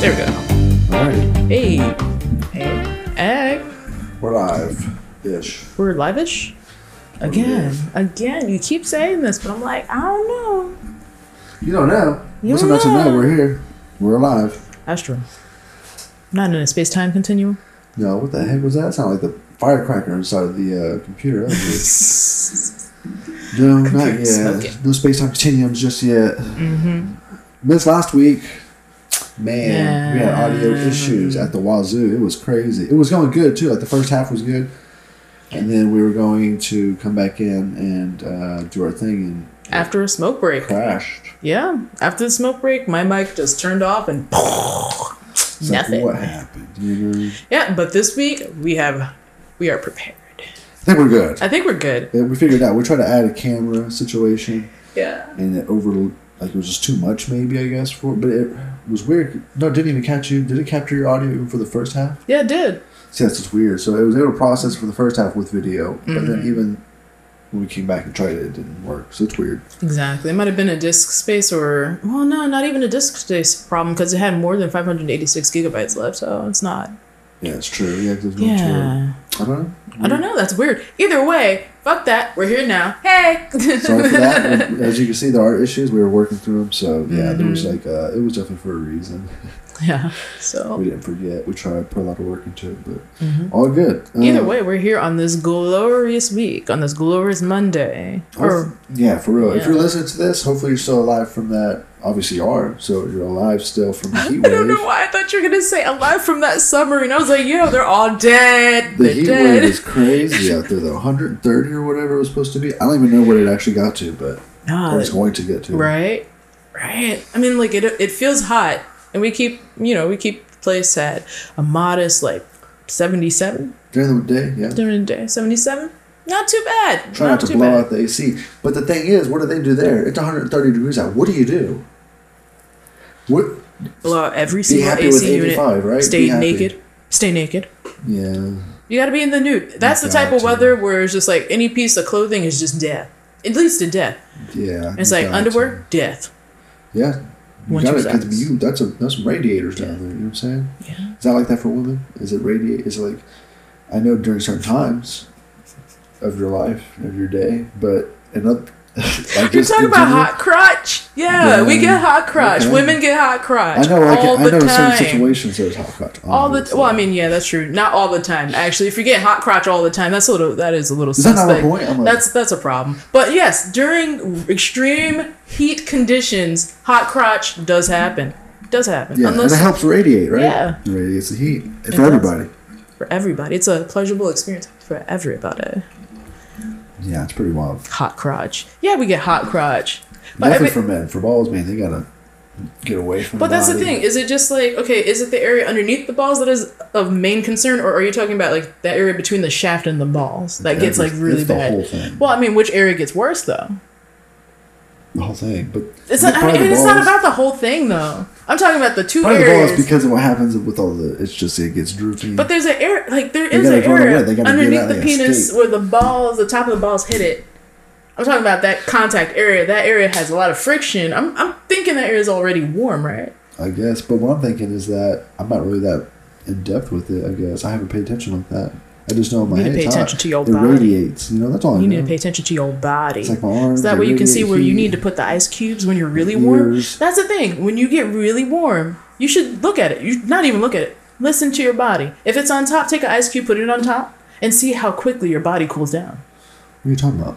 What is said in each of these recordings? There we go. All right, Hey, Hey. Egg, we're live ish. we're live-ish again. Again, you keep saying this, but I'm like, I don't know. You don't know. You What's don't not to know? know. We're here. We're alive. That's true. Not in a space-time continuum. No, what the heck was that? It sounded like the firecracker inside of the uh, computer. That was weird. no, not yet. Computer's smoking. No space time continuums just yet. Mm-hmm. Missed last week. Man, we had audio Yeah. issues at the wazoo. It was crazy. It was going good too. Like the first half was good, and then we were going to come back in and uh, do our thing and After a smoke break. crashed. Yeah, after the smoke break, my mic just turned off and It's like, nothing. what happened? You know? Yeah, but this week we have, we are prepared. I think we're good. I think we're good. Yeah, we figured it out. We tried to add a camera situation, Yeah. and it over like it was just too much, maybe I guess for. But it was weird. No, it didn't even catch you. Did it capture your audio even for the first half? Yeah, it did. See, that's just weird. So it was able to process for the first half with video, but then even when we came back and tried it, it didn't work. So it's weird. Exactly. It might have been a disk space or, well, no, not even a disk space problem because it had more than 586 gigabytes left, so it's not. Yeah, it's true. Yeah, 'cause there's no Yeah. true. I don't know. I don't know. That's weird. Either way, fuck that. We're here now. Hey. Sorry for that. As you can see, there are issues. We were working through them. So yeah, there was like uh, it was definitely for a reason. yeah. We So didn't forget. We tried put a lot of work into it, but all good. either Um, way, we're here on this glorious week, on this glorious Monday. Oh, Or Yeah, for real. If Yeah. you're listening to this, hopefully you're still alive from that. Obviously, you are. So you're alive still from the heat I don't know wave. why I thought you were gonna say alive from that submarine. I was like, yo, they're all dead. The They're heat dead. wave is crazy out there, though. 130 or whatever it was supposed to be. I don't even know what it actually got to, but Nah, or it's going to get to. Uh, right? Right. I mean, like it. It feels hot, and we keep, you know, we keep the place at a modest like seventy-seven During the day, yeah. during the day. Seventy-seven. Not too bad. Try not, to too blow bad. out the AC. But the thing is, what do they do there? It's 130 degrees out. What do you do? What? blow out every Be single happy with AC unit. 85, right? Be Stay happy. naked. Stay naked. Yeah. You got to be in the nude. That's the got type of to. weather where it's just like any piece of clothing is just death. It leads to death. Yeah. It's you like got underwear, death. to. Yeah. You Winter got it. sucks. 'cause You, that's, a, that's some radiators down there. You know what I'm saying? Yeah. Is that like that for women? Is it radiate? Is it like, I know during certain times of your life, of your day, but another. like You're just talking in about general- hot crotch. Yeah, we Yeah. get hot crotch. Okay. Women get hot crotch. I know, like, all I the know in certain time. situations there's hot crotch. All the obviously. well, I mean, yeah, that's true. Not all the time, actually. If you get hot crotch all the time, that's a little that is a little that not suspect. my point? I'm like- that's that's a problem. But yes, during extreme heat conditions, hot crotch does happen. Does happen. Yeah, Unless and it helps radiate, right? Yeah. It radiates the heat for does. everybody. for everybody, it's a pleasurable experience for everybody. Yeah, it's pretty wild. Hot crotch. Yeah, we get hot crotch. But Nothing every, for men. For balls, man, they gotta get away from. but that's the body. thing. Is it just like okay? Is it the area underneath the balls that is of main concern, or are you talking about like that area between the shaft and the balls that gets like It's- really it's the bad? whole thing. Well, I mean, which area gets worse though? The whole thing, but It's the not, I part of mean, the it's not balls- about the whole thing though. I'm talking about the two part of the ball areas. is because of what happens with all the. It's just it gets droopy. but there's an area, like there They is gotta an go to area where? They gotta get underneath out the and penis escape. where the balls, the top of the balls hit it. I'm talking about that contact area. That area has a lot of friction. I'm, I'm thinking that area is already warm, right? I guess. But what I'm thinking is that I'm not really that in depth with it. I guess I haven't paid attention like that. I just know my need to head's pay hot. attention to your it body. radiates. You know, that's all I You know. need to pay attention to your body. Mm-hmm. It's like my arms, so that they way you can see radiate where you heat. need to put the ice cubes when you're really warm. Ears. That's the thing. When you get really warm, you should look at it. You not even look at it. Listen to your body. If it's on top, take an ice cube, put it on top, and see how quickly your body cools down. What are you talking about?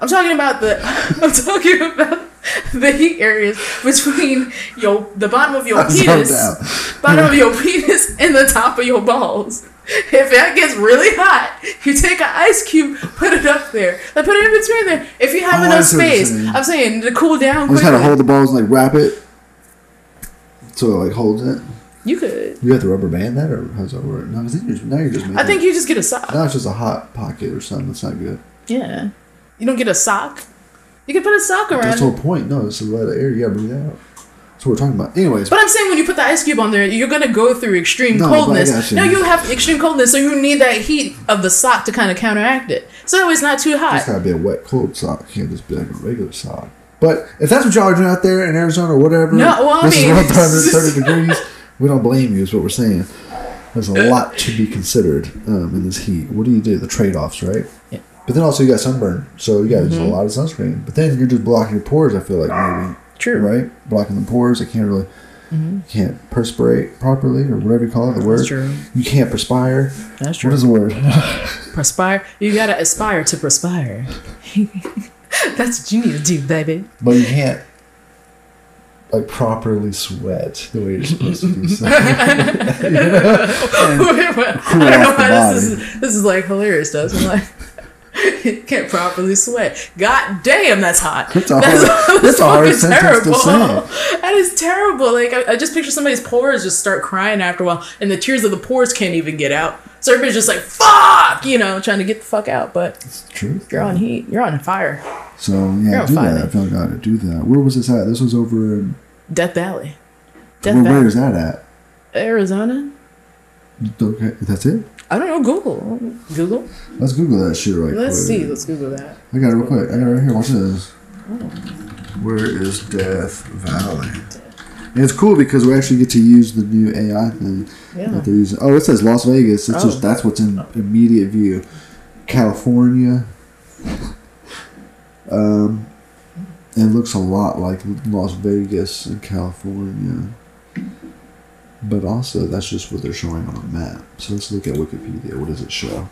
I'm talking about the I'm talking about the heat areas between your the bottom of your I zoned out. penis bottom of your penis and the top of your balls. If that gets really hot, you take an ice cube, put it up there. Like put it in between there. If you have Oh, I enough see what you're space, saying. I'm saying to cool down I just gotta quickly. hold the balls and like wrap it. So it like holds it. You could. You have to rubber band that, or how's that work? No, 'cause then you're just, now you're just. Making I think you just get a sock. now it's just a hot pocket or something. That's not good. Yeah. You don't get a sock. You can put a sock around. That's the whole point. No, it's a lot of air. You gotta breathe out. That's what we're talking about. Anyways, But I'm saying when you put the ice cube on there, you're gonna go through extreme No, but I got coldness. you. No, you have extreme coldness, so you need that heat of the sock to kind of counteract it. So it's not too it's hot. gotta be a wet, cold sock. Can't just be like a regular sock. But if that's what y'all are doing out there in Arizona or whatever, No, well, I this mean- is 130 degrees. We don't blame you, is what we're saying. There's a lot to be considered um, in this heat. What do you do? The trade offs, right? Yeah. Mm-hmm. But then also you got sunburn, so you got to use a lot of sunscreen. But then you're just blocking your pores. I feel like maybe True. right, blocking the pores. I can't really can't perspirate properly or whatever you call it. The word Mm-hmm. That's true. you can't perspire. That's What true. is the word? Perspire. You gotta aspire to perspire. That's what you need to do, baby. but you can't like properly sweat the way you're supposed to do. So, I don't cool know off the why this body. is this is like hilarious to us. I'm like can't properly sweat. God damn, that's hot. That's a hard- that's a hard fucking sentence to That is terrible. Like I, I just picture somebody's pores just start crying after a while, and the tears of the pores can't even get out. So everybody's just like fuck, you know, trying to get the fuck out. But it's the truth. you're on heat. You're on fire. So yeah, You're do fine. that. I feel like I ought to do that. Where was this at? This was over. In, Death Valley. Death where, where Valley, is that at? Arizona. Okay, that's it. I don't know. Google. Google. Let's Google that shit right Let's quick. see. Let's Google that. I got it real quick. I got it right here. Watch this. Where is Death Valley? And it's cool because we actually get to use the new AI thing Yeah. that they're using. Oh, it says Las Vegas. It's Oh. just that's what's in immediate view. California. Um, it looks a lot like Las Vegas in California. But also, that's just what they're showing on a map. So let's look at Wikipedia. What does it show?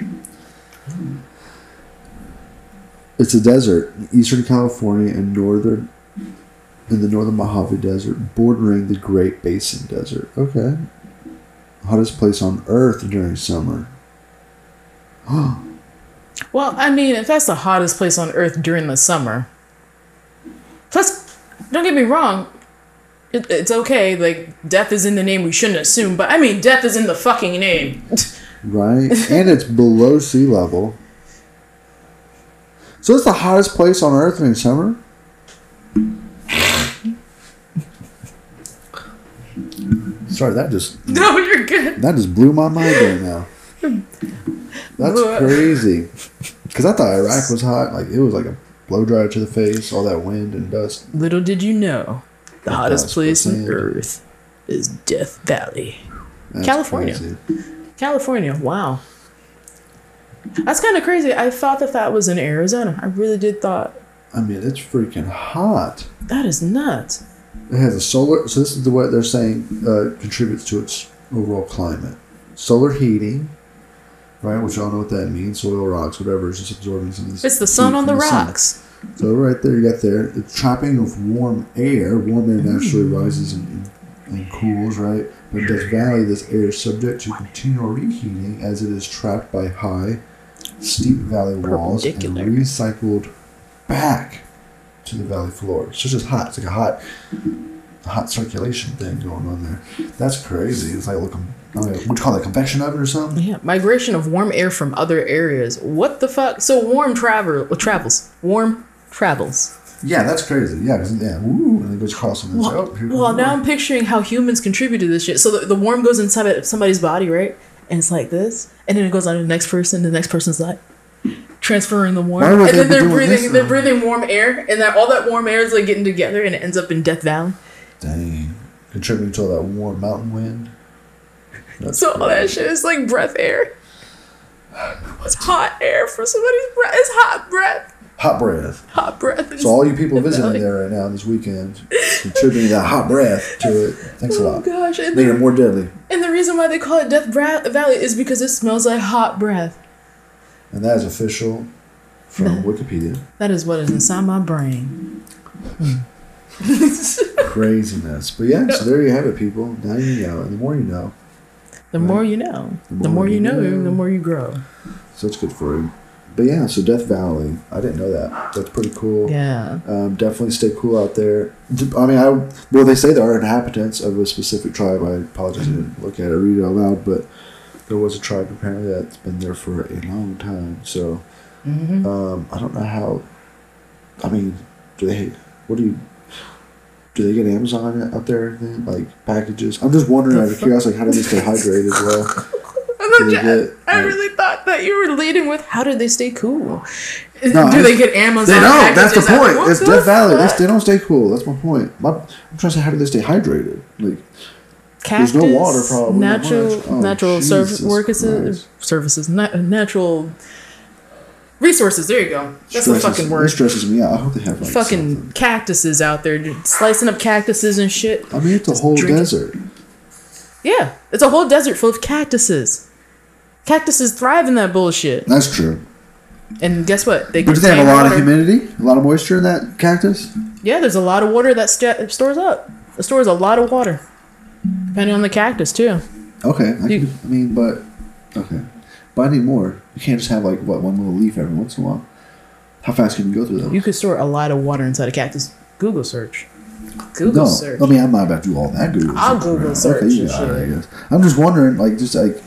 It's a desert, in eastern California and northern, in the northern Mojave Desert, bordering the Great Basin Desert. Okay. Hottest place on earth during summer. Well, I mean, if that's the hottest place on earth during the summer. Plus, don't get me wrong, it, it's okay. Like, death is in the name, we shouldn't assume, but I mean, death is in the fucking name. Right? and it's below sea level. So it's the hottest place on earth during summer? Sorry, that just no, you're good. that just blew my mind right now. That's crazy. Because I thought Iraq was hot. Like it was like a blow dryer to the face, all that wind and dust. Little did you know, the hottest hottest place on place on earth is Death Valley. That's California. crazy. California, wow. That's kind of crazy. I thought that that was in Arizona. I really did thought, I mean, it's freaking hot. that is nuts. It has a solar. So this is the what they're saying uh, contributes to its overall climate. Solar heating, right? Which I don't know what that means. Soil rocks, whatever. It's just absorbing some of this. It's the sun heat on the from sun. rocks. So right there, you got there. The trapping of warm air. Warm air naturally Mm. rises and, and, and cools, right? But in Death Valley, this air is subject to continual reheating as it is trapped by high, steep valley walls and Perpendicular. recycled back to the valley floor. So it's just hot. It's like a hot, a hot circulation thing going on there. That's crazy. It's like a little, like, what you call it, a convection oven or something? Yeah, migration of warm air from other areas. What the fuck? So warm travel uh, travels. Warm travels. Yeah, that's crazy. Yeah, 'cause- yeah. Woo, and it goes across and it's like, oh, Well, here comes well the now warm. I'm picturing how humans contribute to this shit. So the, the warm goes inside of somebody's body, right? And it's like this, and then it goes on to the next person. The next person's like transferring the warm, Why would and they then be they're doing breathing. this, they're though? breathing warm air, and then all that warm air is like getting together, and it ends up in Death Valley. Dang. Contributing to all that warm mountain wind. That's So all that shit is like breath air. It's hot air for somebody's breath. It's hot breath. hot breath. Hot breath. So all you people Valley. visiting there right now this weekend, contributing that hot breath to it. Thanks a Oh lot. gosh! And They are more deadly, And the reason why they call it Death Bra- Valley is because it smells like hot breath. and that is official from Wikipedia. That is what is inside my brain. Craziness, but yeah. So there you have it, people. Now you know, and the more you know, The more you know, the more, you know, the more you grow. so it's good for you. But yeah, so Death Valley. I didn't know that. That's pretty cool. Yeah. Um, definitely stay cool out there. D- I mean, I well, they say there are inhabitants of a specific tribe. I apologize, I didn't look at it, or read it out loud, but there was a tribe apparently that's been there for a long time. So hmm um, I don't know how. I mean, do they? What do you? Do they get Amazon out there? Then? Like packages? I'm just wondering out of curiosity, like, how do they stay hydrated? Well, I, do they get, I like, really thought thought that you were leading with how did they stay cool? Is- No, Do I- they get Amazon? They don't. That's the packages out the point. It's boxes? Death Valley. They, What? they don't stay cool. That's my point. My, I'm trying to say, how do they stay hydrated? Like, Cactus, There's no water problem, not Natural, much. Oh, natural Jesus serv- workers, Christ. services, na- natural resources. There you go. That's stresses, the fucking It word. stresses me out. I hope they have like Fucking something. cactuses out there, dude, slicing up cactuses and shit. I mean, it's a whole drink it. desert. Yeah, it's a whole desert full of cactuses. Cactuses thrive in that bullshit. That's true. And guess what? But do they have contain a lot of water. humidity? A lot of moisture in that cactus? Yeah, there's a lot of water that st- stores up. It stores a lot of water, depending on the cactus too. Okay. I, You- can, I mean, but. Okay. But I need more. You can't just have, like, what, one little leaf every once in a while. How fast can you go through those? You could store a lot of water inside a cactus. Google search. Google no, search. I mean I'm not about to do all that Google. I'll search, Google right? search you and got it, shit. I guess. I'm just wondering, like, just like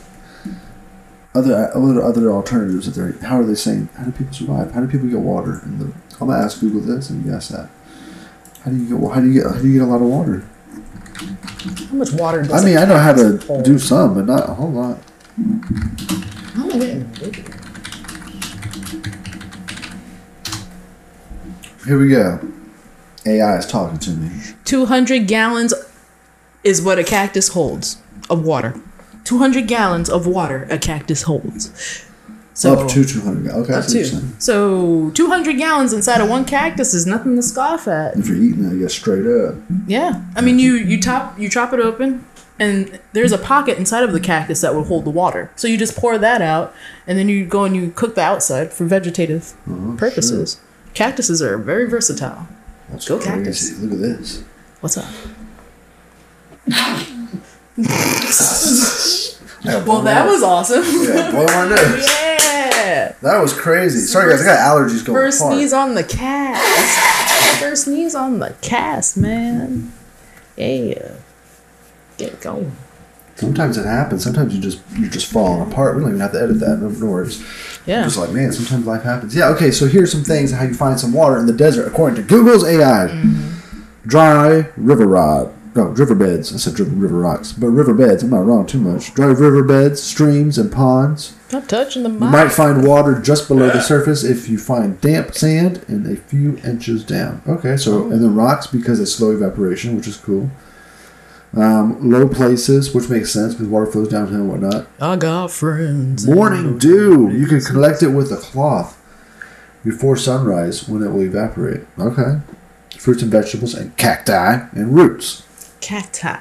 other other other alternatives that they're. How are they saying? How do people survive? How do people get water? And the, I'm gonna ask Google this and you ask that. How do you get? wa- How do you get? How do you get a lot of water? How much water does I mean, a I know how to cactus hold? do some, but not a whole lot. How am I getting- Here we go. AI is talking to me. 200 gallons is what a cactus holds of water. 200 gallons of water a cactus holds. So up to 200. Okay, Oh. up that's to. interesting. So 200 gallons inside of one cactus is nothing to scoff at. If you're eating it, I guess straight up. Yeah, I mean, you you top you chop it open, and there's a pocket inside of the cactus that will hold the water. So you just pour that out, and then you go and you cook the outside for vegetative Oh, purposes. Cactuses are very versatile. That's Go crazy. cactus. Look at this. What's up? Yeah, Well, that was awesome. yeah, blow my nose. yeah. That was crazy. Sorry guys, I got allergies going First hard. sneeze on the cast. First sneeze on the cast, man. Yeah. Get going. Sometimes it happens. Sometimes you just you're just falling apart. We don't even have to edit that. No, no worries. Yeah. Just like man, sometimes life happens. Yeah. Okay. So here's some things how you find some water in the desert according to Google's AI. Mm-hmm. Dry river rod. No, riverbeds. I said river, river rocks, but riverbeds. I'm not wrong too much. Dry riverbeds, streams, and ponds. Stop touching the mic. You might find water just below the surface if you find damp sand and a few inches down. Okay, so and then rocks because of slow evaporation, which is cool. Um, low places, which makes sense because water flows downhill and whatnot. I got friends. Morning dew, you can collect it with a cloth before sunrise when it will evaporate. Okay, fruits and vegetables and cacti and roots. Cacti.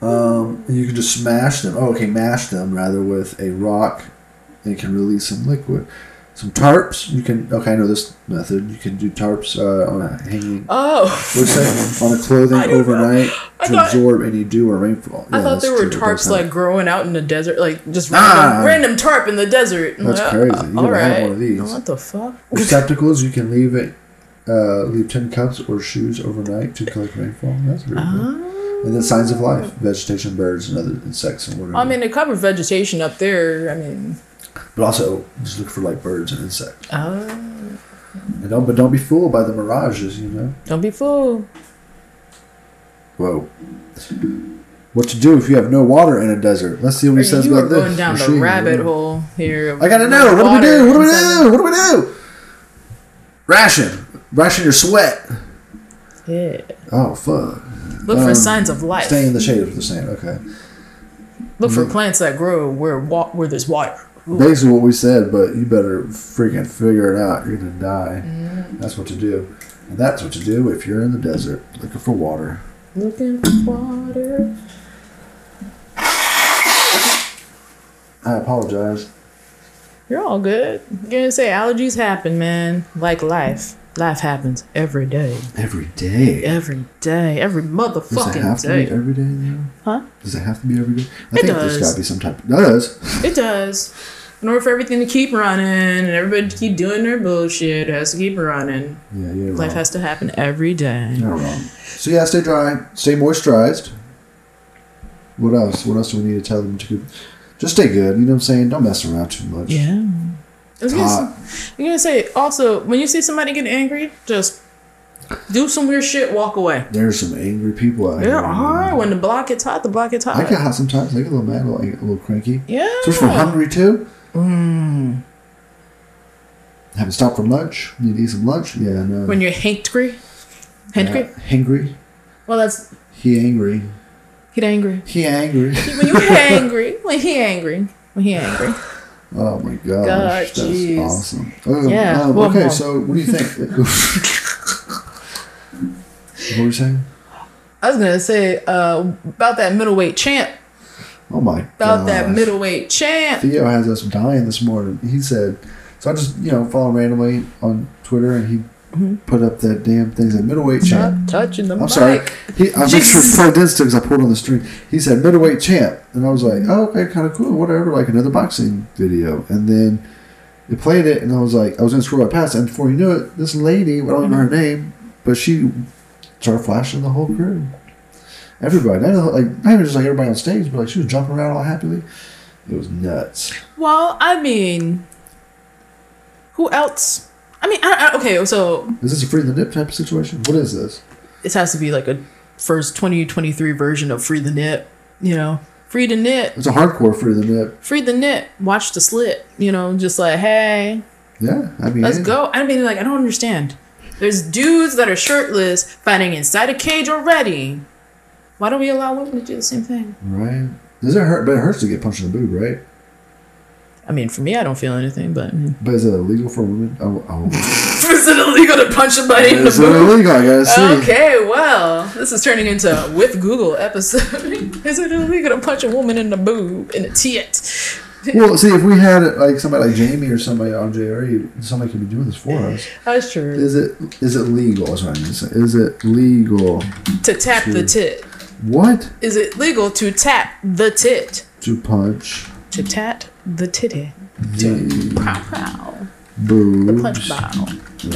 Um, and you can just smash them. Oh, okay, mash them rather with a rock, and it can release some liquid. Some tarps. You can. Okay, I know this method. You can do tarps uh, on a hanging. Oh. What's that? On a clothing I don't know. overnight I to thought- absorb any dew or rainfall. I Yeah, thought that's there were true. tarps That's like growing out in the desert, like just Ah. random, random tarp in the desert. That's Uh, crazy. You all gotta have right. one of these. What the fuck? not- receptacles. You can leave it. Uh, leave tin cups or shoes overnight to collect rainfall. That's really cool. Ah. And then signs of life: vegetation, birds, and other insects and whatever. I mean, they cover vegetation up there. I mean, but also just look for like birds and insects. uh, And don't, but don't be fooled by the mirages, you know. don't be fooled. Whoa. What to do if you have no water in a desert? Let's see what he says you are about this. going down Or the she, rabbit whatever. hole here. I gotta know. What do we do? What do we do? What do we do? Ration. Ration your sweat. we do? Yeah. Oh fuck. Look for Um, signs of life. Stay in the shade of the sand. Okay. Look for plants that grow where wa- where there's water. Ooh. Basically what we said, but you better freaking figure it out. You're gonna die. Mm-hmm. That's what to do. And that's what to do if you're in the desert looking for water. Looking for water. I apologize. You're all good. I'm gonna say allergies happen, man. Like life. Life happens every day. Every day. Every day. Every Does it have motherfucking to be day. every day though? Huh? Does it have to be every day? I It think does. there's got to be some type. does. It does. In order for everything to keep running and everybody to keep doing their bullshit, it has to keep running. Yeah, you're Life wrong. has to happen every day. you're wrong. So yeah, stay dry, stay moisturized. What else? What else do we need to tell them to? Just stay good. You know what I'm saying? Don't mess around too much. Yeah. I was It's gonna, hot. s- I was gonna say also, when you see somebody get angry, just do some weird shit, walk away. There's some angry people out There here. uh, are. When the block gets hot, the block gets hot. I get hot sometimes. I get a little mad, like a little cranky. yeah. Especially if I'm hungry too. Mm. Haven't stopped for lunch. Need to eat some lunch. Yeah, no. When you're hangry, hangry. Yeah, hangry. Well, that's He angry. get angry. He angry. When you angry, when he angry, when he angry. Oh my God, gosh, that's jeez. awesome. Um, Yeah, um, one okay, more. so what do you think? what were you saying? I was gonna say uh, about that middleweight champ. Oh my About gosh. that middleweight champ. Theo has us dying this morning. He said, so I just, you know, follow him randomly on Twitter and he Mm-hmm. put up that damn thing, that middleweight champ. Stop touching the I'm mic. sorry. He, I just Jesus. referred this to because I pulled on the string. He said middleweight champ, and I was like, Mm-hmm. oh, okay, kind of cool, whatever, like another boxing video. And then it played it, and I was like, I was gonna scroll right past, it, and before you knew it, this lady, I don't Mm-hmm. remember her name, but she started flashing the whole crew, everybody, not even, like not even just like everybody on stage, but like she was jumping around all happily. It was nuts. Well, I mean, who else? I mean, I, I, okay, so Is this a free the nip type of situation? What is this? this has to be like a first 2023 version of Free the Knit, you know? Free the Knit, It's a hardcore free the nip. Free the Knit, watch the slit, you know? Just like, hey, Yeah, I mean, let's yeah. go. I mean, like, I don't understand. There's dudes that are shirtless fighting inside a cage already. Why don't we allow women to do the same thing? right? Does it hurt? But it hurts to get punched in the boob, right? I mean, for me, I don't feel anything, but mm. But is it illegal for women? Oh, oh. is it illegal to punch somebody in the is it boob? illegal? I gotta see. Okay, well, this is turning into with Google episode. is it illegal to punch a woman in the boob in a tit? Well, see, if we had like somebody like Jamie or somebody on JRE, somebody could be doing this for us. That's true. Is it is it legal? Is what I mean. to say. Is it legal? To tap the tit. What Is it legal to tap the tit? to punch To tat the titty. the Pow pow. Punch boobs bow.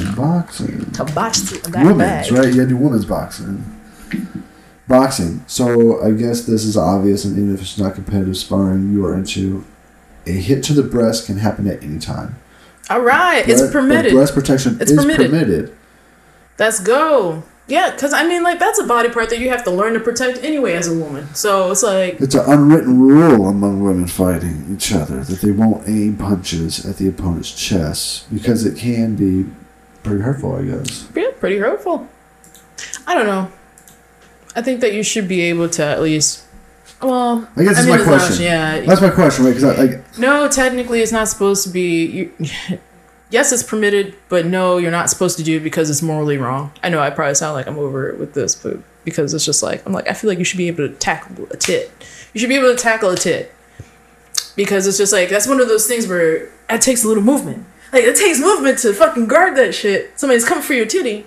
in boxing? To box the that Women's bag. right? You had to do women's boxing. Boxing. So I guess this is obvious, and even if it's not competitive sparring, you are into. A hit to the breast can happen at any time. All right, it's Breast- permitted. Breast protection It's is permitted. permitted. Let's go. Yeah, because I mean, like, that's a body part that you have to learn to protect anyway as a woman. So it's like, It's an unwritten rule among women fighting each other that they won't aim punches at the opponent's chest because it can be pretty hurtful, I guess. yeah, pretty hurtful. I don't know. I think that you should be able to at least. Well, I guess that's my it's question. not- yeah. That's my question, right? Because like, no, technically, it's not supposed to be. You, yes, it's permitted, but no, you're not supposed to do it because it's morally wrong. I know I probably sound like I'm over it with this, but because it's just like I'm like I feel like you should be able to tackle a tit. You should be able to tackle a tit because it's just like that's one of those things where it takes a little movement. Like it takes movement to fucking guard that shit. Somebody's coming for your titty.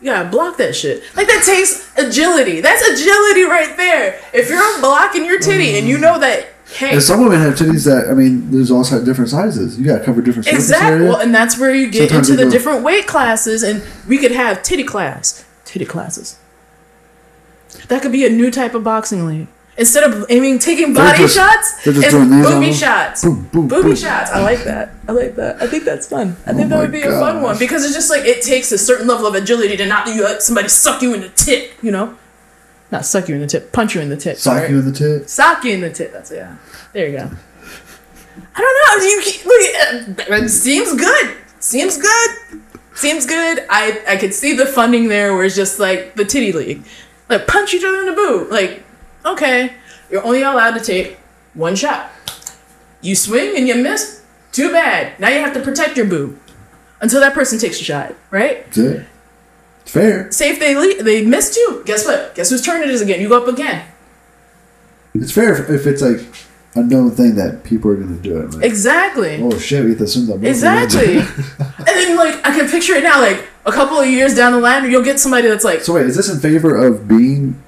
You gotta block that shit. Like that takes agility. That's agility right there. If you're blocking your titty and you know that, hey, and some women have titties that I mean, there's all si- different sizes. You got to cover different surface Exactly. area. Well, and that's where you get Sometimes into they the go- different weight classes, and we could have titty class, titty classes. That could be a new type of boxing league. Instead of aiming, taking They're body just- shots, they're just it's doing these on booby them. shots. Boom, boom, booby boom. Oh shots. I like that. I like that. I think that's fun. I think my that would be a fun gosh. one because it's just like it takes a certain level of agility to not let somebody suck you in the tit. You know, not suck you in the tit, punch you in the tit. Sock sorry. you in the tit. Saki in the tit. That's yeah. There you go. I don't know. You keep- look. It seems good. Seems good. Seems good. I I could see the funding there, where it's just like the titty league, like punch each other in the boob. Like, okay, you're only allowed to take one shot. You swing and you miss. Too bad. Now you have to protect your boob until that person takes a shot, right? That's it. Fair. Say if they le- they missed you, guess what? Guess whose turn it is again? You go up again. It's fair if, if it's like a known thing that people are gonna do it. Like, Exactly. oh shit, we have to assume that. most people are gonna do Exactly. it. and then like I can picture it now, like a couple of years down the line, you'll get somebody that's like, So wait, is this in favor of being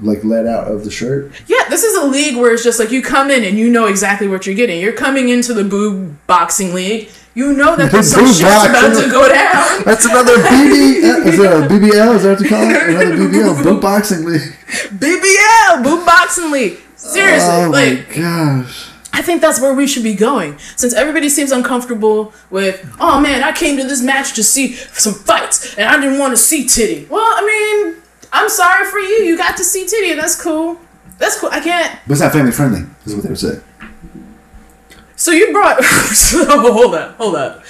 like let out of the shirt? yeah, this is a league where it's just like you come in and you know exactly what you're getting. You're coming into the boob boxing league. You know that there's some Boob shit's about boxing. to go down. That's another BB. is that a BBL? Is that what you call it? Another BBL, boot boxing league. BBL, boob boxing league. Seriously, Oh like my gosh. I think that's where we should be going. Since everybody seems uncomfortable with, oh man, I came to this match to see some fights and I didn't want to see titty. Well, I mean, I'm sorry for you. You got to see titty and that's cool. That's cool. I can't. But it's not family friendly, is what they would say. So you brought. so, hold up, hold up.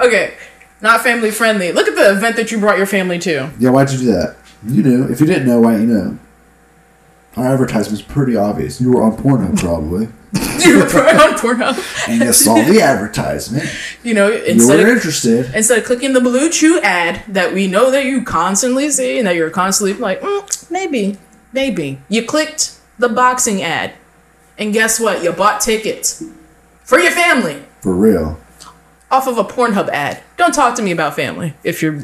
Okay, not family friendly. Look at the event that you brought your family to. Yeah, why'd you do that? You knew. If you didn't know, why you know? Our advertisement's pretty obvious. You were on Pornhub probably, You were on Pornhub. and you saw the advertisement. You know, You instead were of interested. instead of clicking the blue chew ad that we know that you constantly see and that you're constantly like, mm, maybe, maybe. You clicked the boxing ad. And guess what? You bought tickets for your family For real. off of a Pornhub ad. Don't talk to me about family if you're.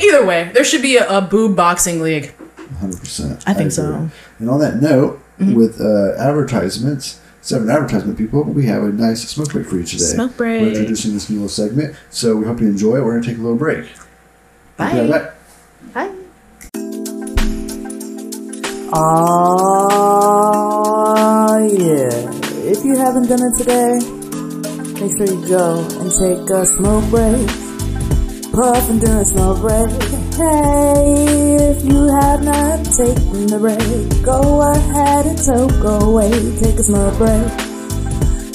Either way, there should be a, a boob boxing league. 100%. I think so. Mm-hmm. agree. And on that note, with uh, advertisements, seven advertisement people, we have a nice smoke break for you today. Smoke We're break. introducing this new little segment, so we hope you enjoy it. We're going to take a little break. We'll be Bye. right back. Bye. Ah, yeah. If you haven't done it today, make sure you go and take a smoke break. Puff and do a smoke break. Hey, if you have not taken the break, go ahead and soak away. Take a smoke break.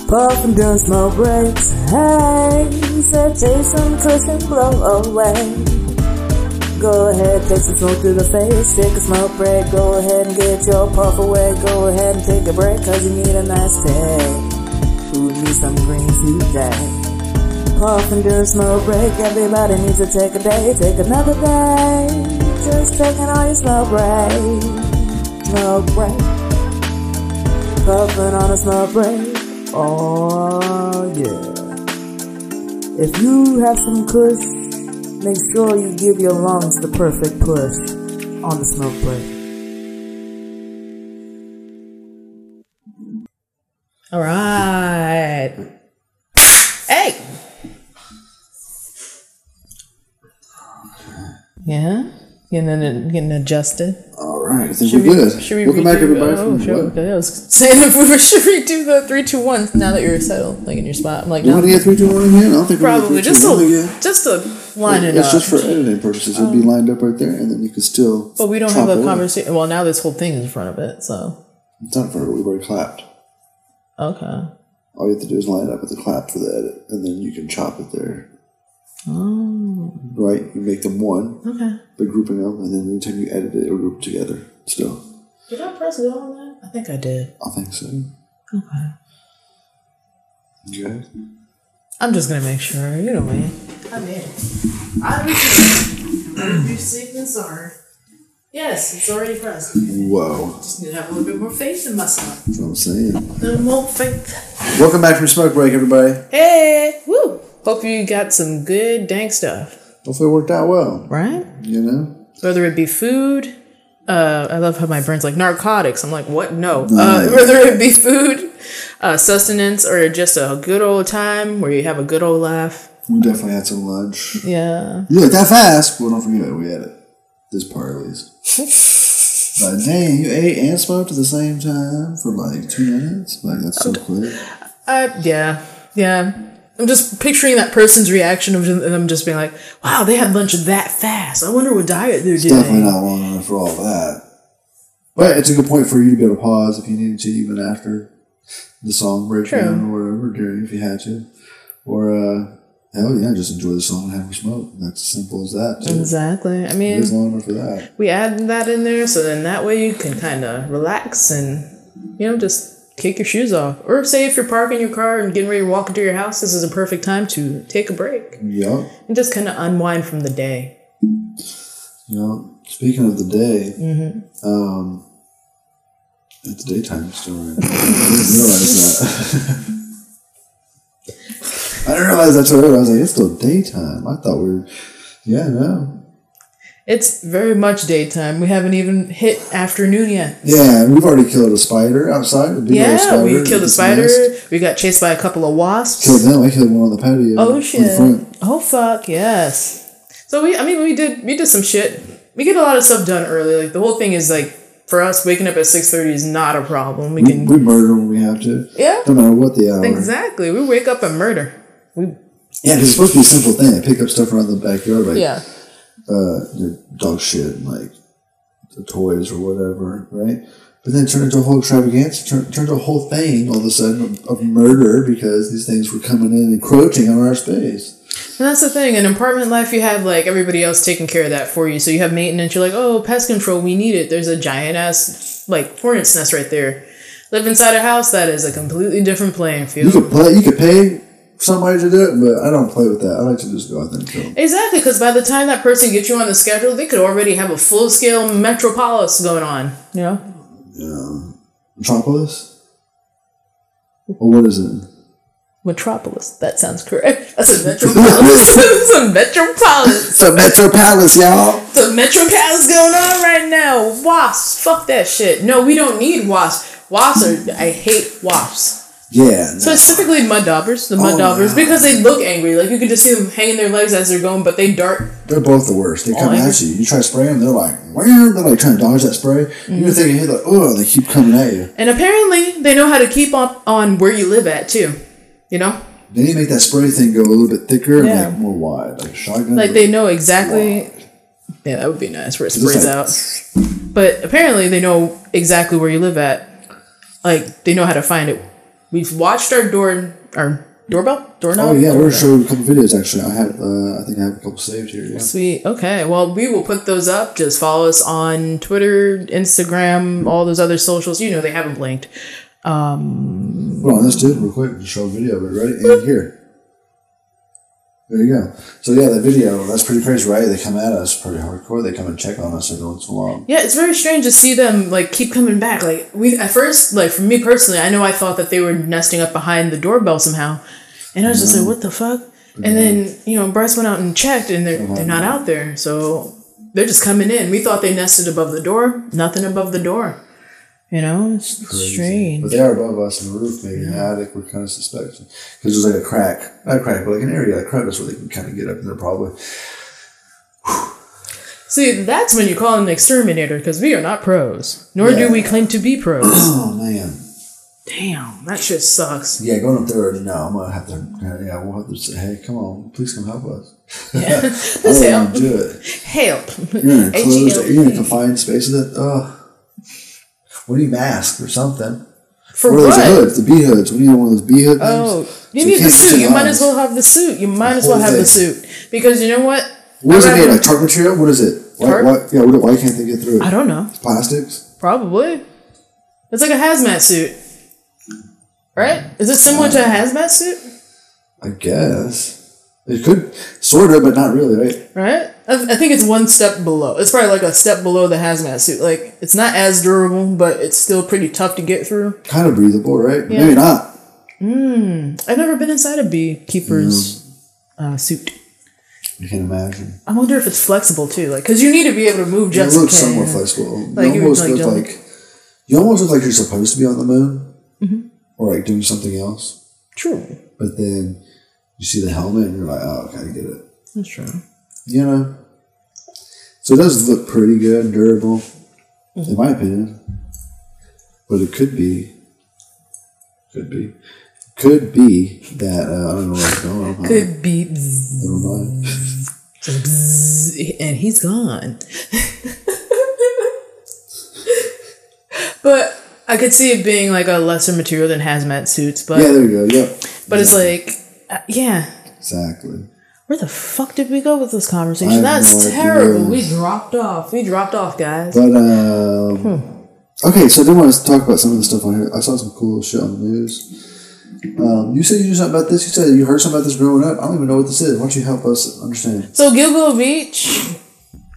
Puff and do a smoke breaks. Hey, so Jason cushion blow away. Go ahead, take some smoke to the face, take a smoke break. Go ahead and get your puff away. Go ahead and take a break, cause you need a nice pay. Who needs some green today? Puff and do a smoke break. Everybody needs to take a day, take another day. Just taking all your smoke break. Smoke break. Puffing on a smoke break. Oh, yeah. If you have some kush, Make sure you give your lungs the perfect push on the smoke break. All right. Hey. Yeah, getting it- getting adjusted. All right, I think we're good. Welcome back, redo- everybody. Oh, from- should, what? okay, I was saying if we should redo the three, two, one. Now that you're settled, like in your spot, I'm like, You want no, to get 321 again? I don't think probably we're just to a just a line it It's up. just for editing purposes. It'll be lined up right there, and then you can still. um, But we don't have a chop away. conversation. Well, now this whole thing is in front of it, so It's not for it. We've already clapped. okay. All you have to do is line it up with the clap for the edit, and then you can chop it there. Oh, Right? You make them one okay. by grouping them, and then anytime you edit it, it'll group together. Still, Did I press go on that? I think I did. I think so. Okay. Okay. I'm just gonna make sure. You know me. I'm in. I'm in. You've seen this already. Yes, it's already pressed. Whoa. Just need to have a little bit more faith in myself. That's what I'm saying. No more faith. Welcome back from Smoke Break, everybody. Hey, woo! Hope you got some good dank stuff, Hopefully, it worked out well. right? You know? Whether it be food. Uh, I love how my brain's like narcotics. I'm like, what? No. Uh, whether it be food, uh, sustenance, or just a good old time where you have a good old laugh. We definitely had some lunch. Yeah. You look that fast. Well, don't forget it. We edit this part at least. Like, dang, you ate and smoked at the same time for like two minutes. Like, that's so quick. Uh, yeah, yeah. I'm just picturing that person's reaction of just, them just being like, "Wow, they had lunch that fast. I wonder what diet they're doing." Definitely not long enough for all that. But it's a good point for you to be able to pause if you needed to, even after the song breakdown or whatever, during if you had to. Or, uh, hell yeah, just enjoy the song and have a smoke. That's as simple as that, too. Mm-hmm. Exactly. I It is mean, long enough for that. we add that in there, so then that way you can kind of relax and you know just kick your shoes off. Or say if you're parking your car and getting ready to walk into your house, this is a perfect time to take a break Yup. and just kind of unwind from the day. You know, speaking of the day, um, it's daytime still right now. I didn't realize that. I didn't realize that till later. I was like, it's still daytime. I thought we were, yeah, no. It's very much daytime. We haven't even hit afternoon yet. Yeah, and we've already killed a spider outside. A big old Yeah, spider we killed a It's spider. nice. We got chased by a couple of wasps. Killed them. I killed one on the patio. on Oh the shit! front. Oh fuck! Yes. So we, I mean, we did, we did some shit. We get a lot of stuff done early. Like the whole thing is like for us, waking up at six thirty is not a problem. We can We murder when we have to. Yeah. No matter what the hour. exactly. We wake up and murder. We Yeah, 'cause it's supposed to be a simple thing. I pick up stuff around the backyard. Like, yeah. uh, your dog shit and like the toys or whatever, right? But then it turned into a whole extravaganza, turned, turned into a whole thing all of a sudden of, of murder because these things were coming in and encroaching on our space. And that's the thing. In apartment life, you have like everybody else taking care of that for you. So you have maintenance. You're like, oh, pest control, we need it. There's a giant ass like hornet's nest right there. Live inside a house that is a completely different playing You field. could play, you could pay somebody to do it, but I don't play with that. I like to just go out there and kill 'em. Exactly, because by the time that person gets you on the schedule, they could already have a full scale metropolis going on. You know, Yeah. Metropolis? Or what is it? metropolis. That sounds correct. That's a metropolis. It's a metropolis. It's a Metro Palace, y'all. It's a metropolis going on right now. Wasps. Fuck that shit. No, we don't need wasps. Wasps are. I hate wasps. Yeah. no. Specifically mud daubers, the mud Oh, daubers, wow. because they look angry. Like you can just see them hanging their legs as they're going, but they dart. They're both the worst. They come I at you. You try to spray them, they're like, where? They're like trying to dodge that spray. Mm-hmm. You're thinking, hey, like, oh, they keep coming at you. And apparently, they know how to keep up on where you live at too. You know, They need to make that spray thing go a little bit thicker Yeah. and like more wide, like a shotgun. like they know exactly. Yeah, that would be nice where it It's sprays out. But apparently, they know exactly where you live at. Like they know how to find it. We've watched our door, our doorbell, doorknob. Oh yeah, Doorbell. we're gonna show you a couple videos actually. I have, uh, I think I have a couple saved here. Yeah. Sweet. Okay. Well, we will put those up. Just follow us on Twitter, Instagram, all those other socials. You know they haven't blinked. Hold on, let's do it real quick. Just show a video of it, right? And here. There you go. So yeah, the video, that's pretty crazy, right? They come at us pretty hardcore. They come and check on us every once in a while. Yeah, it's very strange to see them like keep coming back. Like we at first, like for me personally, I know I thought that they were nesting up behind the doorbell somehow, and I was just like, "What the fuck?" And then you know, Bryce went out and checked, and they're they're not out there, so they're just coming in. We thought they nested above the door, nothing above the door. You know, it's strange. But they are above us on the roof, maybe in the attic. We're kind of suspecting because there's like a crack, not a crack, but like an area, like a crevice where they can kind of get up in there, probably. See, that's when you call an exterminator because we are not pros, nor do we claim to be pros. Oh man, Damn, that shit sucks. yeah, going up there already. No, I'm gonna have to. Yeah, we'll have to say, hey, come on, please come help us. I Let's don't help. want to do it. Help. You're in a closed, H-E-L-P. you're in a confined space. That oh, we need masks or something. For Or those what? hoods, the bee hoods. We need one of those bee hood. Oh, things. you So need the can't get suit. You your might eyes. as well have the suit. You might as whole well have the thing. suit because you know what? What is I'd it made? rather- Like tarp material? What is it? Why, Tarp? why, yeah, what, why can't they get through I it? don't know. Plastics. Probably. It's like a hazmat suit, right? Is it similar to a hazmat suit? I guess it could sort of, but not really, right? Right? I I think it's one step below. It's probably like a step below the hazmat suit. Like, it's not as durable, but it's still pretty tough to get through. Kind of breathable, right? Yeah. Maybe not. I've never been inside a Mm. beekeeper's uh, suit. I can imagine. I wonder if it's flexible too. Like, because you need to be able to move It just looks okay. somewhat flexible. Like you you almost would, like, look jump. like you almost look like you're supposed to be on the moon, Mm-hmm. or like doing something else. True. But then you see the helmet, and you're like, "Oh, okay, I get it." That's true. You know. So it does look pretty good, and durable, in my opinion. But it could be, could be, could be that uh, I don't know what's going on. Could be. bzz, Never mind. bzz, and he's gone. but I could see it being like a lesser material than hazmat suits, but, Yeah, there you go. Yep. but it's like, uh, yeah. Exactly. Where the fuck did we go with this I conversation? have That's no idea. terrible. We dropped off. We dropped off, guys. But um, okay, so I did want to talk about some of the stuff on here. I saw some cool shit on the news. Um, you said you knew something about this. You said you heard something about this growing up. I don't even know what this is. Why don't you help us understand? So Gilgo Beach,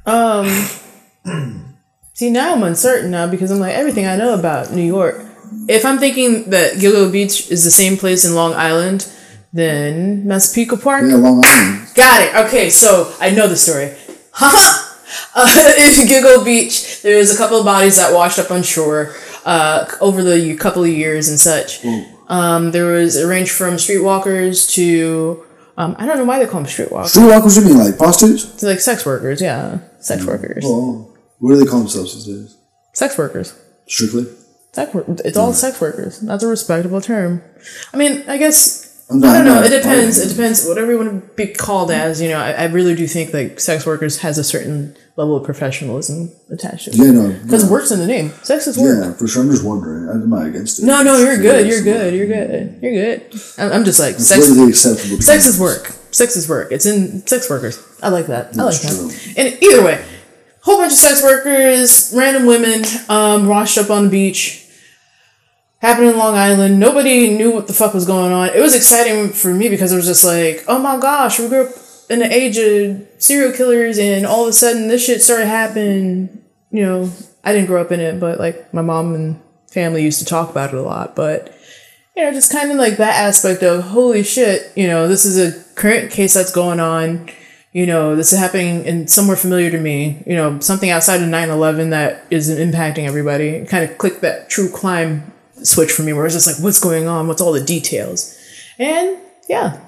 um, see now I'm uncertain now because I'm like everything I know about New York. If I'm thinking that Gilgo Beach is the same place in Long Island, then Massapequa Park. Yeah, Long Island. Got it. Okay, so I know the story. Haha. uh, in Giggle Beach, there's a couple of bodies that washed up on shore uh, over the couple of years and such. Um, there was a range from streetwalkers to um, I don't know why they call them streetwalkers. Street walkers, you mean like prostitutes? It's like sex workers, yeah, sex workers, Oh, what do they call themselves these days? sex workers. Strictly. Sex wor- it's Mm. all sex workers. That's a respectable term. I mean, I guess I'm I not- don't know. I'm It not- depends. It depends. Whatever you want to be called as, you know. I, I really do think like sex workers has a certain level of professionalism attached to it. Yeah, no, Because no. work's in the name. Sex is work. Yeah, for sure. I'm just wondering. I'm not against it. No, no, you're Yeah, good. You're it's- good. You're good. You're good. I'm I'm just like It's sex. literally acceptable. to Sex me. is work. Sex is work. It's in sex workers. I like that. I like That's true. that. And either way, whole bunch of sex workers, random women, um, washed up on the beach. Happened in Long Island. Nobody knew what the fuck was going on. It was exciting for me because it was just like, oh my gosh, we grew up in the age of serial killers, and all of a sudden this shit started happening. You know, I didn't grow up in it, but like my mom and family used to talk about it a lot. But you know, just kind of like that aspect of holy shit, you know, this is a current case that's going on. You know, this is happening in somewhere familiar to me. You know, something outside of 9 11 that is impacting everybody. It kind of clicked that true crime switch for me where it's just like, what's going on? What's all the details? And yeah,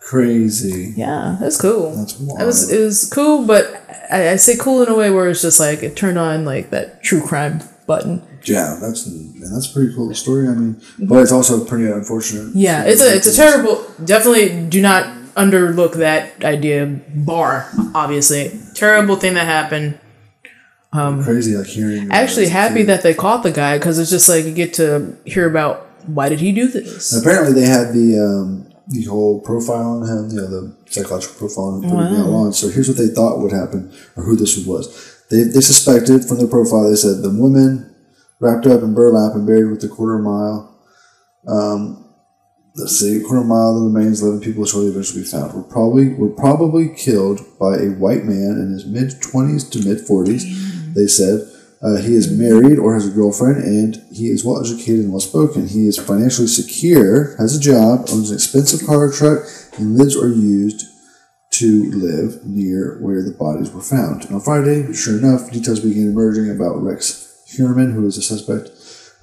Crazy. yeah, that's cool. That's wild. It was, it was cool, but I, I say cool in a way where it's just like it turned on like that true crime button. Yeah, that's man, that's a pretty cool story. I mean, but it's also pretty unfortunate. Yeah, it's a it's a terrible. Definitely do not underlook that idea. Bar, obviously, terrible thing that happened. crazy like hearing. Actually, happy that they caught the guy because it's just like you get to hear about why did he do this. apparently they had the um, the whole profile on him, you know, the psychological profile on him pretty well on. So here's what they thought would happen or who this was. They they suspected from their profile. They said the woman wrapped up in burlap and buried with a quarter mile. Um, let's see, a quarter mile. The remains, eleven people, will shortly eventually be found. Were probably were probably killed by a white man in his mid twenties to mid forties. They said. Uh, he is married or has a girlfriend, and he is well educated and well spoken. He is financially secure, has a job, owns an expensive car or truck, and lives or used to live near where the bodies were found. And on Friday, sure enough, details began emerging about Rex Huerman, who is a suspect,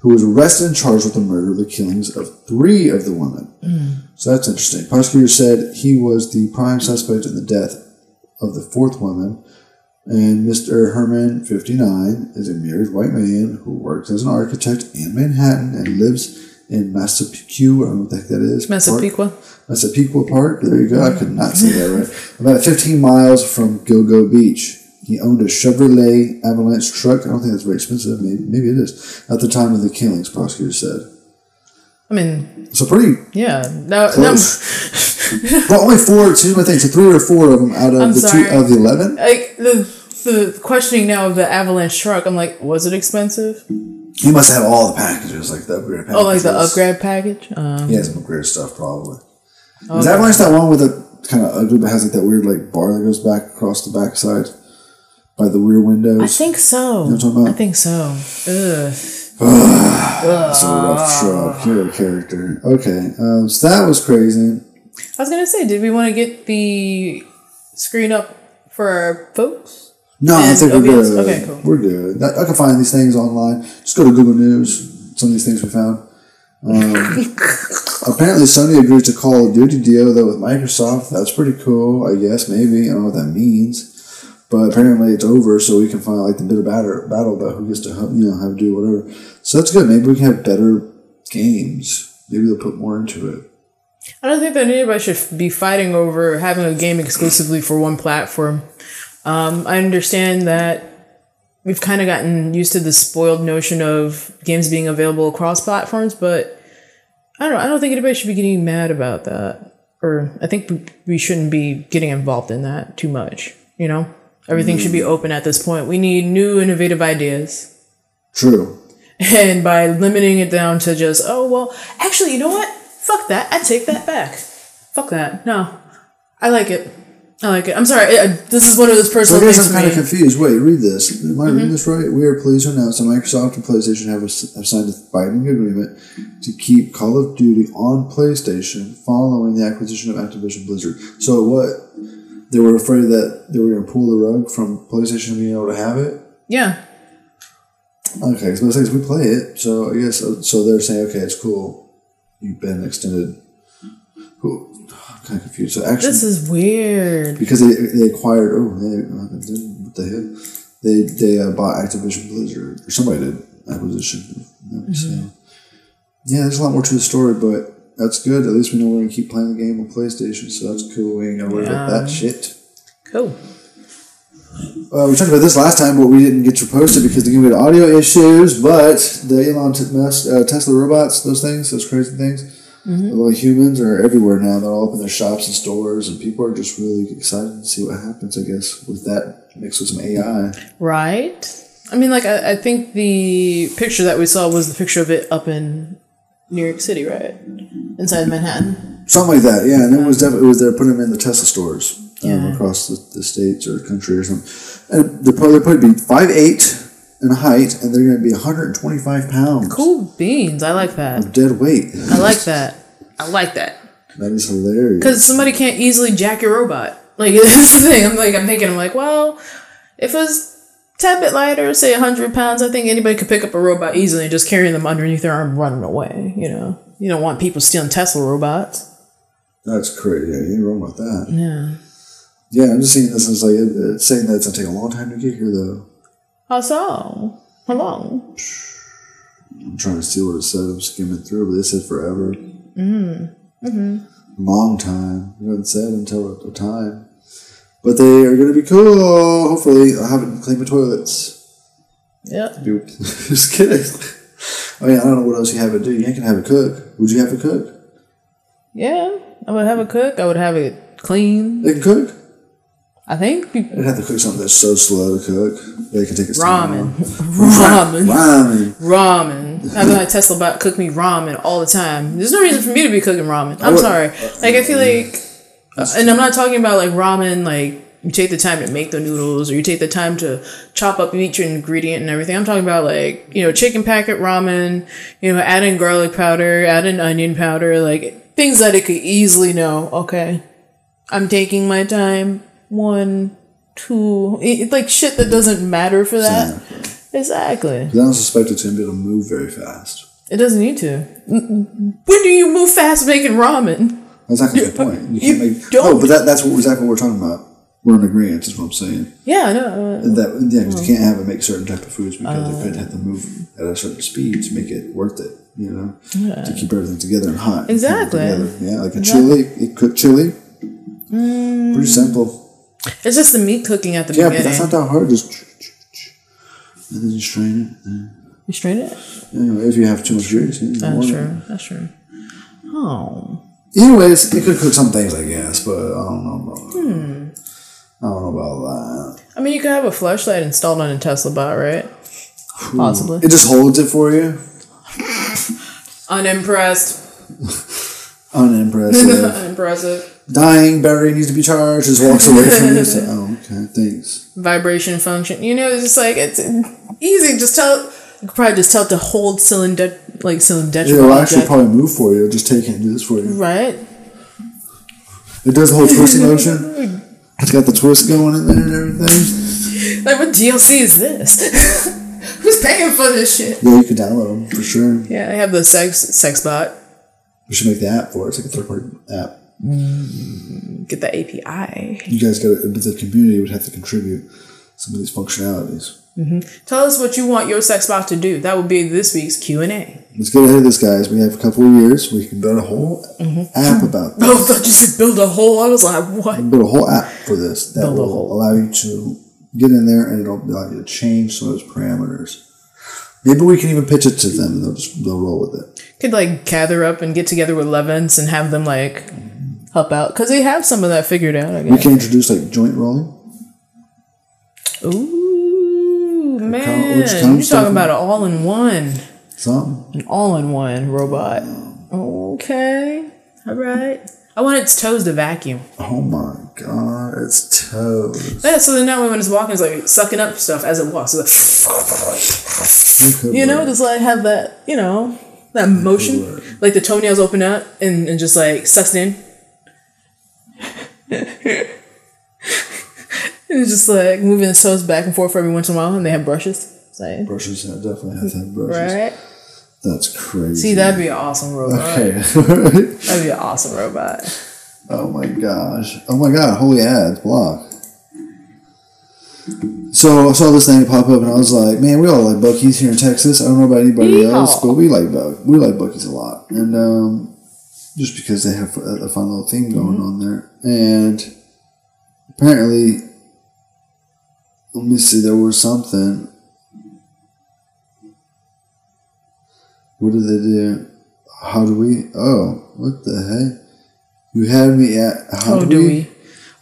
who was arrested and charged with the murder of the killings of three of the women. So that's interesting. Prosecutors said he was the prime suspect in the death of the fourth woman. And Mr. Herman, 59, is a married white man who works as an architect in Manhattan and lives in Massapequa. I don't know what the heck that is. Massapequa. Massapequa Park. There you go. I could not say that right. About 15 miles from Gilgo Beach. He owned a Chevrolet Avalanche truck. I don't think that's very expensive. Maybe, maybe it is. At the time of the killings, prosecutors said. I mean, So pretty, yeah. No, no Close. well, only four. Excuse my thing. So three or four of them out of I'm the sorry. two of the eleven. like the the questioning now of the avalanche truck. I'm like, was it expensive? He must have all the packages, like the upgrade packages. Oh, like the upgrade package. Um, He has some upgrade stuff probably. Oh, Is Avalanche that one with the kind of ugly that has like that weird like bar that goes back across the backside by the rear windows? I think so. what I'm talking I about? think so. Ugh. That's a Ah. rough shrug. You're a character. Okay, um, so that was crazy. I was gonna say, did we want to get the screen up for our folks? No, I And think we're OBS. good. Okay, cool. We're good. That, I can find these things online. Just go to Google News. Some of these things we found. Um, apparently, Sony agreed to Call of Duty deal though with Microsoft. That's pretty cool. I guess maybe I don't know what that means, but apparently it's over, so we can find like the bitter batter battle about who gets to help, you know have to do whatever. So that's good. Maybe we can have better games. Maybe they'll put more into it. I don't think that anybody should be fighting over having a game exclusively for one platform. Um, I understand that we've kind of gotten used to the spoiled notion of games being available across platforms, but I don't know. I don't think anybody should be getting mad about that, or I think we- we shouldn't be getting involved in that too much. You know, everything should be open at this point. We need new, innovative ideas. True. And by limiting it down to just, oh, well, actually, you know what? Fuck that. I take that back. Fuck that. No. I like it. I like it. I'm sorry. I, I- this is Mm-hmm. one of those I personal guess things I'm for kind of me. confused. Wait, read this. Am I reading this right? We are pleased to announce that Microsoft and PlayStation have, a, have signed a binding agreement to keep Call of Duty on PlayStation following the acquisition of Activision Blizzard. So what? They were afraid that they were going to pull the rug from PlayStation being able to have it. yeah. Okay, because things we play it, so I guess uh, so. They're saying, okay, it's cool. You've been extended. Cool. I'm kind of confused. So actually, This is weird. because they, they acquired oh they uh, what the hell they they uh, bought Activision Blizzard or somebody did acquisition of them, so yeah there's a lot more to the story but that's good at least we know we're gonna keep playing the game on PlayStation so that's cool we ain't gonna worry about that shit Cool. Uh, we talked about this last time, but we didn't get to post it because the game had audio issues. But the Elon T- Musk, uh, Tesla robots, those things, those crazy things, Mm-hmm. the little humans are everywhere now. They're all up in their shops and stores, and people are just really excited to see what happens. I guess with that mixed with some AI. Right. I mean, like, I, I think the picture that we saw was the picture of it up in New York City, right? Inside Manhattan. Something like that, yeah. And it was definitely it was they're putting them in the Tesla stores um, Mm-hmm. Yeah. across the, the states or country or something. And they're probably, they're probably be five eight in height, and they're going to be 125 pounds Cool beans. I like that. of dead weight. I like that. I like that. that is hilarious. Because somebody can't easily jack your robot. Like, that's the thing. I'm like, I'm thinking, I'm like, well, if it was 10 bit lighter, say 100 pounds, I think anybody could pick up a robot easily and just carry them underneath their arm and running away, you know? You don't want people stealing Tesla robots. That's crazy. Yeah, you ain't wrong about that. Yeah. Yeah, I'm just seeing this and it's like it, it's saying that it's gonna take a long time to get here though. How so? How long? I'm trying to see what it said. I'm skimming through, but they said forever. Mm. Mm-hmm. Mm-hmm. Long time. You haven't said until a time. But they are going to be cool. Hopefully, I haven't cleaned my toilets. Yep. Dude, Just kidding. I mean, I don't know what else you have to do. You ain't gonna have a cook. Would you have a cook? Yeah. I would have it cooked. I would have it clean. They can cook. I think. They'd have to cook something that's so slow to cook. They can take its Ramen. time. Ramen. Ramen. Ramen. I've been like Tesla bot cook me ramen all the time. There's no reason for me to be cooking ramen. I'm would- sorry. Like I feel like, uh, and I'm not talking about like ramen. Like you take the time to make the noodles, or you take the time to chop up each ingredient and everything. I'm talking about like you know chicken packet ramen. You know, add in garlic powder, add in onion powder, like things that it could easily know. Okay, I'm taking my time. One, two, it- it's like shit that doesn't matter for that. Exactly. But I don't suspect it's gonna be able to move very fast. It doesn't need to. When do you move fast making ramen? That's not gonna be the point. You can't you make. don't- Oh, but that, that's what, exactly what we're talking about. We're in agreement. Is what I'm saying. Yeah, no. That yeah, 'cause Hmm. you can't have it make certain type of foods because Uh. they could have to move at a certain speed to make it worth it. You know, to keep everything together and hot. and keep it Exactly. together. Yeah, like a chili. It cooked chili. Hmm. Pretty simple. It's just the meat cooking at the Yeah, but beginning. that's not that hard. Just ch- ch- ch- and then you strain it. and- you strain it? Anyway, if you have too much juice, you don't That's want it. true. That's true. Oh. Anyways, it could cook some things, I guess, but I don't know about. I don't know about I mean, you could have a flashlight installed on a Tesla bot, right? that. Possibly. it just holds it for you. Unimpressed. Unimpressive. Unimpressive. Dying battery needs to be charged. Just walks away from you. So, oh, okay, thanks. Vibration function. You know, it's just like, it's easy. Just tell, you could probably just tell it to hold cylinder, like cylindrical It'll actually object. probably move for you. It'll just take it and do this for you. Right? It does the whole twisting motion. It's got the twist going in there and everything. Like, what DLC is this? Who's paying for this shit? Yeah, you can download them for sure. Yeah, I have the sex sex bot. We should make the app for it. It's like a third party app. Get the API. You guys got to, but the community would have to contribute some of these functionalities. Tell us what you want your sex bot to do. That would be this week's Q and A. Let's get ahead of this, guys. We have a couple of years. We can build a whole Mm-hmm. app about this. Oh, I thought you said build a hole. I was like, what? Build a whole app for this that Build a will whole- allow you to get in there and it'll allow you to change some of those parameters. Maybe we can even pitch it to them. and They'll just they'll roll with it. Could like gather up and get together with Levens and have them like help out because they have some of that figured out. I We guess. can introduce like joint rolling. Ooh man, which comes you're stuff- talking about an all-in-one, Something. an all-in-one robot. Okay, all right. I want its toes to vacuum. Oh my god, it's toes. Yeah, so then that way when it's walking, it's like sucking up stuff as it walks. It's like, It could You know, work. just like have that, you know, that motion. Like the toenails open up and, and just like sucks in. and it's just like moving the toes back and forth every once in a while and they have brushes. It's like, brushes. I definitely have to have brushes. right? That's crazy. See, that'd be an awesome robot. okay. That'd be an awesome robot. Oh my gosh. Oh my god, holy ads, block. So I saw this thing pop up and I was like, man, we all like Bucky's here in Texas. I don't know about anybody Yeehaw. else, but we like Buc- we like Bucky's a lot. And um, just because they have a a fun little theme going on there. And apparently Let me see. There was something. What did they do? How do we? Oh, what the heck? You had me at. How oh, do we?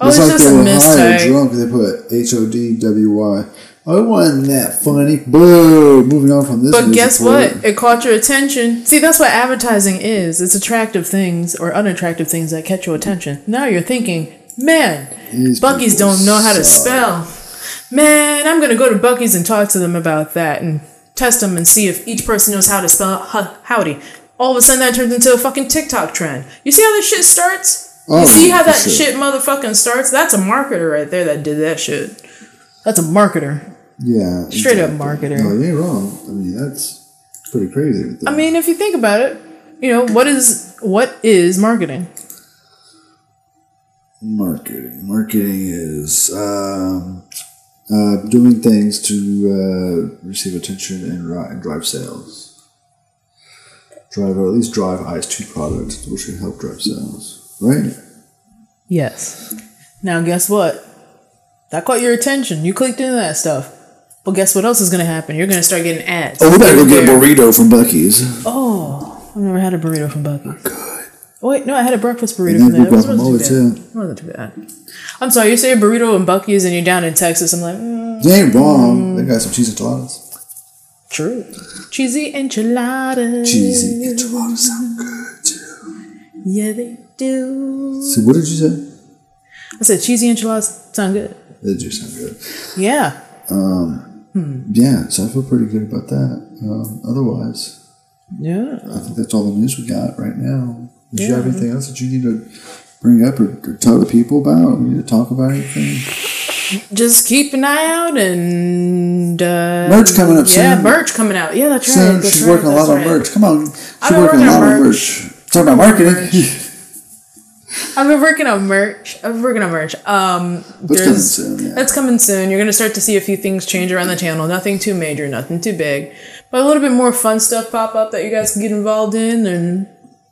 Oh, it's it's like just they a were high or mistake. drunk. They put H O D W Y. I wasn't that funny. Boo! Moving on from this. But music guess toilet. what? It caught your attention. See, that's what advertising is. It's attractive things or unattractive things that catch your attention. Now you're thinking, man, These Bucky's people don't know how to suck. spell. Man, I'm gonna go to Bucky's and talk to them about that and test them and see if each person knows how to spell ho- howdy. All of a sudden, that turns into a fucking TikTok trend. You see how this shit starts? Oh, you see how for that sure. shit motherfucking starts? That's a marketer right there that did that shit. That's a marketer. Yeah. Straight up marketer. No, you ain't wrong. I mean, that's pretty crazy. with that. I mean, if you think about it, you know what is what is marketing? marketing. Marketing is um, uh, doing things to uh, receive attention and, ri- and drive sales. Drive, or at least drive eyes to products, which can help drive sales. Right? Yes. Now, guess what? That caught your attention. You clicked into that stuff. Well, guess what else is going to happen? You're going to start getting ads. Oh, we gotta go get a There. burrito from Bucky's. Oh, I've never had a burrito from Bucky's. Good. Oh, wait, no, I had a breakfast burrito And from then there. It we wasn't too guacamole bad. too. It wasn't too bad. I'm sorry, you say a burrito and Bucky's and you're down in Texas. I'm like, mm, You ain't wrong. They got some cheese enchiladas. true. Cheesy enchiladas. Cheesy enchiladas sound good too. Yeah, they do. So what did you say? I said cheesy enchiladas sound good. They do sound good. Yeah. Yeah, so I feel pretty good about that. Um, otherwise, Yeah. I think that's all the news we got right now. Did you have Yeah. anything else that you need to bring up or, or tell the people about? We need to talk about anything? just keep an eye out and uh, Merch coming up yeah, soon. merch coming out. Yeah, that's right. Sam, that's she's right, working a lot that's on right. merch. Come on, she's I've been working a working on lot on merch. merch. Talk about marketing. I've been working on merch. I've been working on merch. Um, That's coming there's- soon. Yeah. That's coming soon. You're gonna start to see a few things change around the channel. Nothing too major, nothing too big, but a little bit more fun stuff pop up that you guys can get involved in and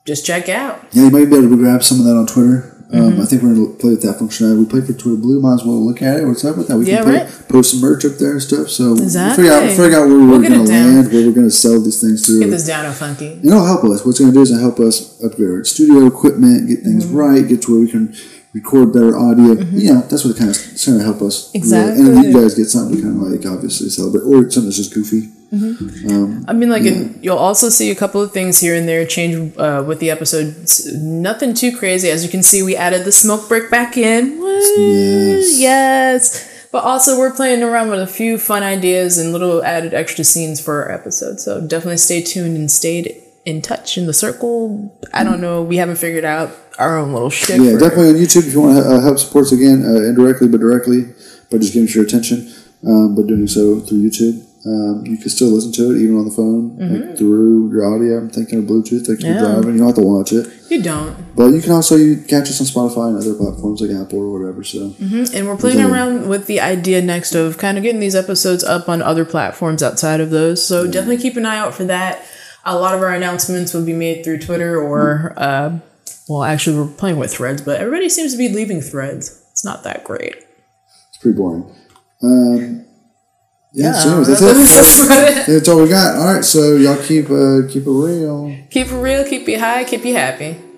just check out. yeah, you might be able to grab some of that on Twitter. Um, Mm-hmm. I think we're going to play with that functionality. We played for Twitter Blue. Might as well look at it. What's up with that? We Yeah, can put, right. post some merch up there and stuff. So we'll Exactly. figure out, figure out where we're We'll get going it to down. land, where we're going to sell these things through. Get this down and funky. It'll help us. What's going to do is it'll help us upgrade our studio equipment, get things Mm-hmm. right, get to where we can record better audio. You know, that's what it kind of it's going to help us. Exactly. And if you guys get something to kind of like obviously celebrate, or something that's just goofy. I mean, like, and you'll also see a couple of things here and there change uh, with the episodes. Nothing too crazy. As you can see, we added the smoke break back in. Woo! Yes. Yes. But also, we're playing around with a few fun ideas and little added extra scenes for our episode. So definitely stay tuned and stay in touch in the circle. I don't know. We haven't figured out our own little shit. Mm. Yeah, for- definitely on YouTube if you want to uh, help support us again, uh, indirectly but directly, by just giving us your attention, um, but doing so through YouTube. Um, you can still listen to it even on the phone, like through your audio. I'm thinking of Bluetooth, like you're Yeah. driving. You don't have to watch it. You don't. But you can also you catch us on Spotify and other platforms like Apple or whatever. So. And we're playing Yeah. around with the idea next of kind of getting these episodes up on other platforms outside of those. So definitely keep an eye out for that. A lot of our announcements will be made through Twitter or, uh, well, actually, we're playing with threads, but everybody seems to be leaving threads. It's not that great. It's pretty boring. Um, yeah, so anyways, that's, it. That's it. That's all we got. All right, so y'all keep uh, keep it real. keep it real, keep you high, keep you happy.